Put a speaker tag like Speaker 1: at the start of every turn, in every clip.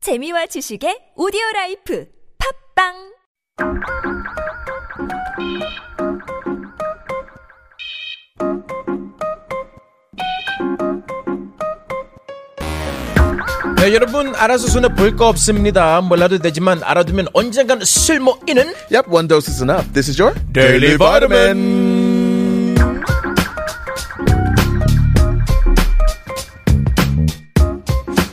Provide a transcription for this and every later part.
Speaker 1: 재미와 지식의 오디오 라이프 팝빵
Speaker 2: 네, 여러분 알아서 손에 볼 거 없습니다. 몰라도 되지만 알아두면 언젠간 쓸모 뭐 있는
Speaker 3: Yep, one dose is enough. This is your
Speaker 2: Daily Vitamin.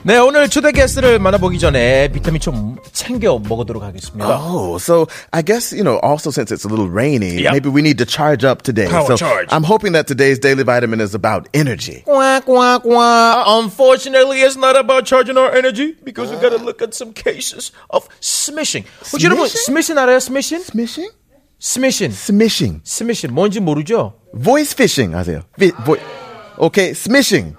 Speaker 2: 네, 오늘 초대 게스트를 만나보기 전에 비타민 좀 챙겨 먹어도록 하겠습니다.
Speaker 3: Oh, so I guess, you know, also since it's a little rainy,
Speaker 2: Yep.
Speaker 3: maybe we need to charge up today.
Speaker 2: Power
Speaker 3: so
Speaker 2: charge.
Speaker 3: I'm hoping that today's daily vitamin is about energy.
Speaker 2: 꽉, 꽉, 꽉. Unfortunately, it's not about charging our energy because we gotta look at some cases of smishing. 혹시 여러분 smishing 알아요? smishing?
Speaker 3: Smishing?
Speaker 2: smishing.
Speaker 3: Smishing.
Speaker 2: smishing 뭔지 모르죠?
Speaker 3: Voice fishing. 아세요? Fi- vo- okay, smishing.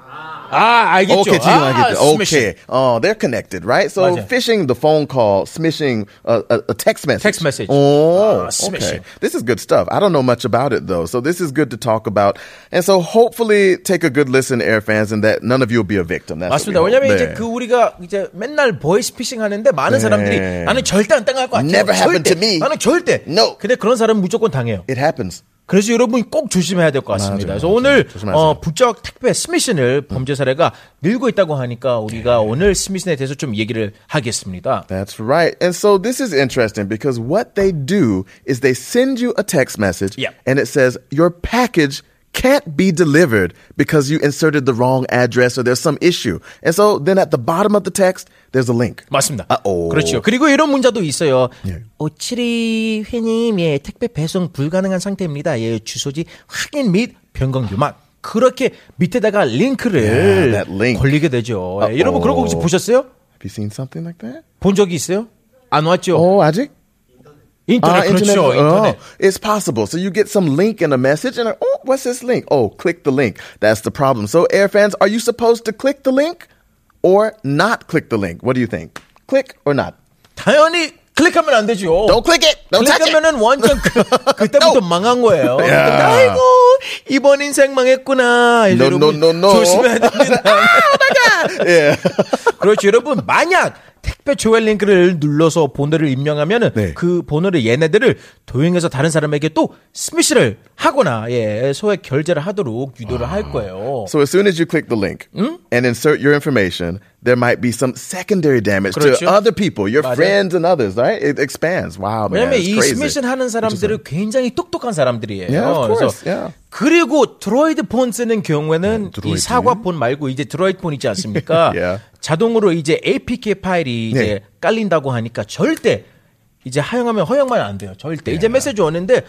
Speaker 2: 아, 알겠죠.
Speaker 3: Okay, 지금 알겠죠.
Speaker 2: 아, smishing.
Speaker 3: okay. Oh, they're connected, right? So
Speaker 2: 맞아요.
Speaker 3: fishing, the phone call, smishing, uh, a, a text message.
Speaker 2: Text message.
Speaker 3: Oh,
Speaker 2: Ah, smishing.
Speaker 3: okay. This is good stuff. I don't know much about it though, so this is good to talk about. And so hopefully take a good listen, air fans, and that none of you will be a victim. That's what we
Speaker 2: 맞습니다.
Speaker 3: hope.
Speaker 2: 왜냐면 이제
Speaker 3: 네.
Speaker 2: 그 우리가 이제 맨날 보이스피싱 하는데 많은
Speaker 3: 네.
Speaker 2: 사람들이 나는 절대 안 당할 것 같아요.
Speaker 3: Never happened
Speaker 2: 절대.
Speaker 3: to me.
Speaker 2: 나는 절대.
Speaker 3: No.
Speaker 2: 근데 그런 사람은 무조건 당해요.
Speaker 3: It happens.
Speaker 2: 그래서 여러분이 꼭 조심해야 될 것 같습니다.
Speaker 3: 맞아요,
Speaker 2: 그래서
Speaker 3: 맞아요.
Speaker 2: 오늘
Speaker 3: 조심하세요.
Speaker 2: 어, 부적 택배 스미슨을 범죄 사례가 늘고 있다고 하니까 우리가
Speaker 3: 네.
Speaker 2: 오늘 스미슨에 대해서 좀 얘기를 하겠습니다.
Speaker 3: That's right. And so this is interesting because what they do is they send you a text message
Speaker 2: Yep.
Speaker 3: and it says your package can't be delivered because you inserted the wrong address or there's some issue. And so then at the bottom of the text, there's a link.
Speaker 2: 맞습니다.
Speaker 3: 아-오. 예.
Speaker 2: 그렇죠. 그리고 이런 문자도 있어요. 오칠이 회님, 예, 택배 배송 불가능한 상태입니다. 예, 주소지 확인 및 변경 요만. 그렇게 밑에다가
Speaker 3: Yeah,
Speaker 2: 링크를
Speaker 3: 예, that link.
Speaker 2: 걸리게 되죠. 예,
Speaker 3: 아-오.
Speaker 2: 여러분 그런 거 혹시 보셨어요?
Speaker 3: Have you seen something like that?
Speaker 2: 본 적이 있어요? 안 왔죠?
Speaker 3: Oh, Ajik?
Speaker 2: 인터넷
Speaker 3: 아,
Speaker 2: 그렇죠. 인터넷.
Speaker 3: Uh, Oh, it's possible. So you get some link and a message, and oh, what's this link? Oh, click the link. That's the problem. So, air fans, are you supposed to click the link or not click the link? What do you think? Click or not?
Speaker 2: 당연히 클릭하면 안 되죠.
Speaker 3: Don't click it. Don't touch it.
Speaker 2: 클릭하면은 완전 그, 그때부터 망한 거예요.
Speaker 3: 야.
Speaker 2: 아이고 이번 인생 망했구나.
Speaker 3: No, no,
Speaker 2: 여러분
Speaker 3: no, no. 아,
Speaker 2: 조심해야 됩니다.
Speaker 3: 예.
Speaker 2: 그렇죠 여러분 만약 택배 조회 링크를 눌러서 번호를 입력하면은
Speaker 3: 네.
Speaker 2: 그 번호를 얘네들을 도용해서 다른 사람에게 또 스미시를 하거나 예 소액 결제를 하도록 유도를 할 거예요.
Speaker 3: So as soon as you click the link and insert your information, there might be some secondary damage
Speaker 2: 그렇죠.
Speaker 3: to other people, your
Speaker 2: 맞아요.
Speaker 3: friends and others, right? It expands. Wow, man.
Speaker 2: 왜냐면
Speaker 3: it's
Speaker 2: 이
Speaker 3: crazy.
Speaker 2: 스미신 하는 사람들은 굉장히 똑똑한 사람들이에요.
Speaker 3: Yeah, of course.
Speaker 2: 그래서
Speaker 3: Yeah.
Speaker 2: 그리고 드로이드 폰 쓰는 경우에는 이
Speaker 3: 드로이드.
Speaker 2: 사과 폰 말고 이제 드로이드 폰 있지 않습니까?
Speaker 3: Yeah.
Speaker 2: 자동으로 이제 APK 파일이 이제
Speaker 3: 네.
Speaker 2: 깔린다고 하니까 절대 이제 하용하면 허용만 안 돼요. 절대. 이제 메시지 오는데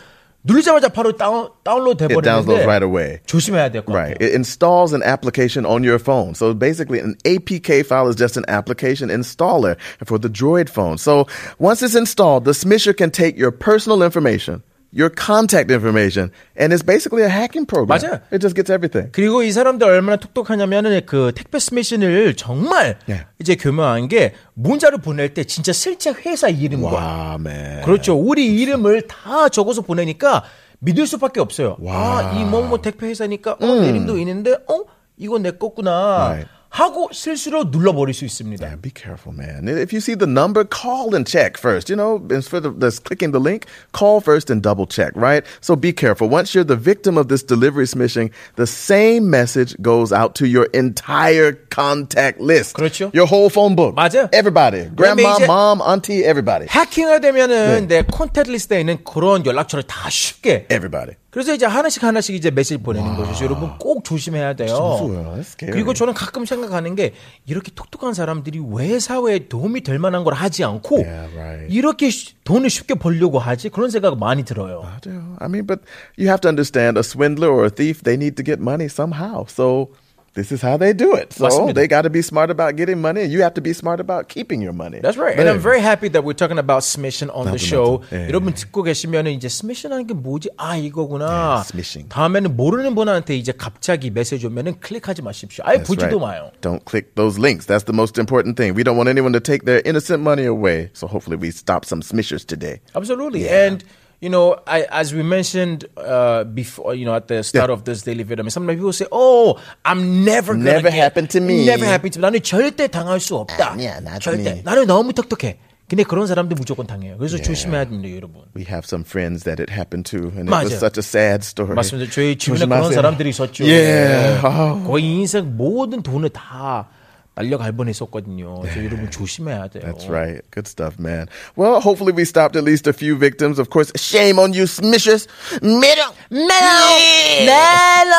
Speaker 2: 누르자마자 바로 다운 다운로드 돼
Speaker 3: It downloads
Speaker 2: 버리는데
Speaker 3: right away.
Speaker 2: 조심해야 될 것 같아요.
Speaker 3: Right. It installs an application on your phone. So basically, an APK file is just an application installer for the Droid phone. So once it's installed, the smisher can take your personal information, your contact information, and it's basically a hacking program.
Speaker 2: 맞아요.
Speaker 3: It just gets everything.
Speaker 2: 그리고 이 사람들 얼마나 똑똑하냐면은 그 택배 스매싱을 정말
Speaker 3: 예.
Speaker 2: 이제 교묘한 게 문자를 보낼 때 진짜 실제 회사 이름과
Speaker 3: Wow, man.
Speaker 2: 그렇죠. 우리 이름을 다 적어서 보내니까 믿을 수밖에 없어요. 아, 이 뭐뭐 택배 회사니까 어, 내 이름도 있는데 어, 이건 내 거구나.
Speaker 3: Right.
Speaker 2: 하고 실수로 눌러 버릴 수 있습니다.
Speaker 3: Yeah, be careful, man. If you see the number, call and check first. You know, instead of just clicking the link, call first and double check, right? So be careful. Once you're the victim of this delivery smishing, the same message goes out to your entire contact list.
Speaker 2: 그렇죠.
Speaker 3: Your whole phone book.
Speaker 2: 맞아요.
Speaker 3: Everybody.
Speaker 2: 왜냐면
Speaker 3: Grandma,
Speaker 2: 이제-
Speaker 3: mom, auntie, everybody.
Speaker 2: 해킹을 되면은 내 콘택트 리스트에 있는 그런 연락처를 다 쉽게
Speaker 3: Everybody.
Speaker 2: 그래서 이제 하나씩 하나씩 이제 메시지 보내는 거죠. 여러분 꼭 조심해야 돼요.
Speaker 3: 무서워요. That's scary.
Speaker 2: 그리고 저는 가끔 생각하는 게 이렇게 똑똑한 사람들이 왜 사회에 도움이 될 만한 걸 하지 않고
Speaker 3: Yeah, right.
Speaker 2: 이렇게 쉬- 돈을 쉽게 벌려고 하지 그런 생각 많이 들어요.
Speaker 3: I do. I mean, but you have to understand a swindler or a thief, they need to get money somehow. So this is how they do it. So
Speaker 2: 맞습니다.
Speaker 3: they got to be smart about getting money, and you have to be smart about keeping your money.
Speaker 2: That's right. And
Speaker 3: 네.
Speaker 2: I'm very happy that we're talking about smishing on the show. 여러분 듣고 계시면 이제 smishing 하는 게 뭐지? 아 이거구나.
Speaker 3: 네, smishing.
Speaker 2: 다음에는 모르는 분한테 이제 갑자기 메시지 오면은 클릭하지 마십시오. 아예
Speaker 3: That's
Speaker 2: 보지도
Speaker 3: right.
Speaker 2: 마요.
Speaker 3: Don't click those links. That's the most important thing. We don't want anyone to take their innocent money away. So hopefully we stop some smishers today.
Speaker 2: Absolutely. And you know, I, as we mentioned uh, before, you know, at the start of this daily video, I mean, sometimes people say, "Oh, I'm never gonna
Speaker 3: Never
Speaker 2: get-
Speaker 3: happened to me.
Speaker 2: Never happened to me. 나는 절대 당할 수 없다.
Speaker 3: 아니야, 나도
Speaker 2: 절대.
Speaker 3: 네.
Speaker 2: 나는 너무 똑똑해. 근데 그런 사람들 무조건 당해요. 그래서 조심해야 됩니다, 여러분.
Speaker 3: We have some friends that it happened to, and it
Speaker 2: 맞아요.
Speaker 3: was such a sad story.
Speaker 2: 맞습니다. 저희 주변에 그런
Speaker 3: 예. 조심하세요.
Speaker 2: 사람들이 있었죠.
Speaker 3: 예. 아우.
Speaker 2: 거의 인생 모든 돈을 다 날려갈 뻔했었거든요. 그래서 여러분 조심해야 돼요.
Speaker 3: 예. That's right. Good stuff, man. Well, hopefully we stopped at least a few victims. Of course, shame on you, Smishers. Middle.
Speaker 2: 예. 멜롱!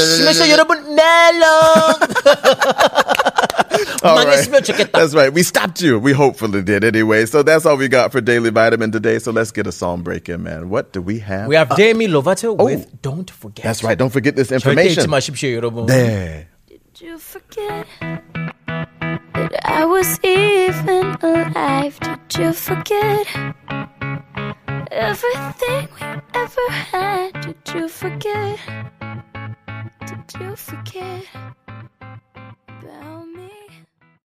Speaker 2: 스매셔 여러분, 멜롱!
Speaker 3: All
Speaker 2: 망했으면 좋겠다.
Speaker 3: That's right. We stopped you. We hopefully did anyway. So that's all we got for Daily Vitamin today. So let's get a song break in, man. What do we have?
Speaker 2: We have Demi Lovato with Don't Forget.
Speaker 3: Oh. that's right. Don't forget this
Speaker 2: 절대 잊지
Speaker 3: information. 네.
Speaker 2: 마십시오, 여러분.
Speaker 3: Yeah.
Speaker 4: Did you forget that I was even alive? Did you forget everything we ever had? Did you forget? Did you forget?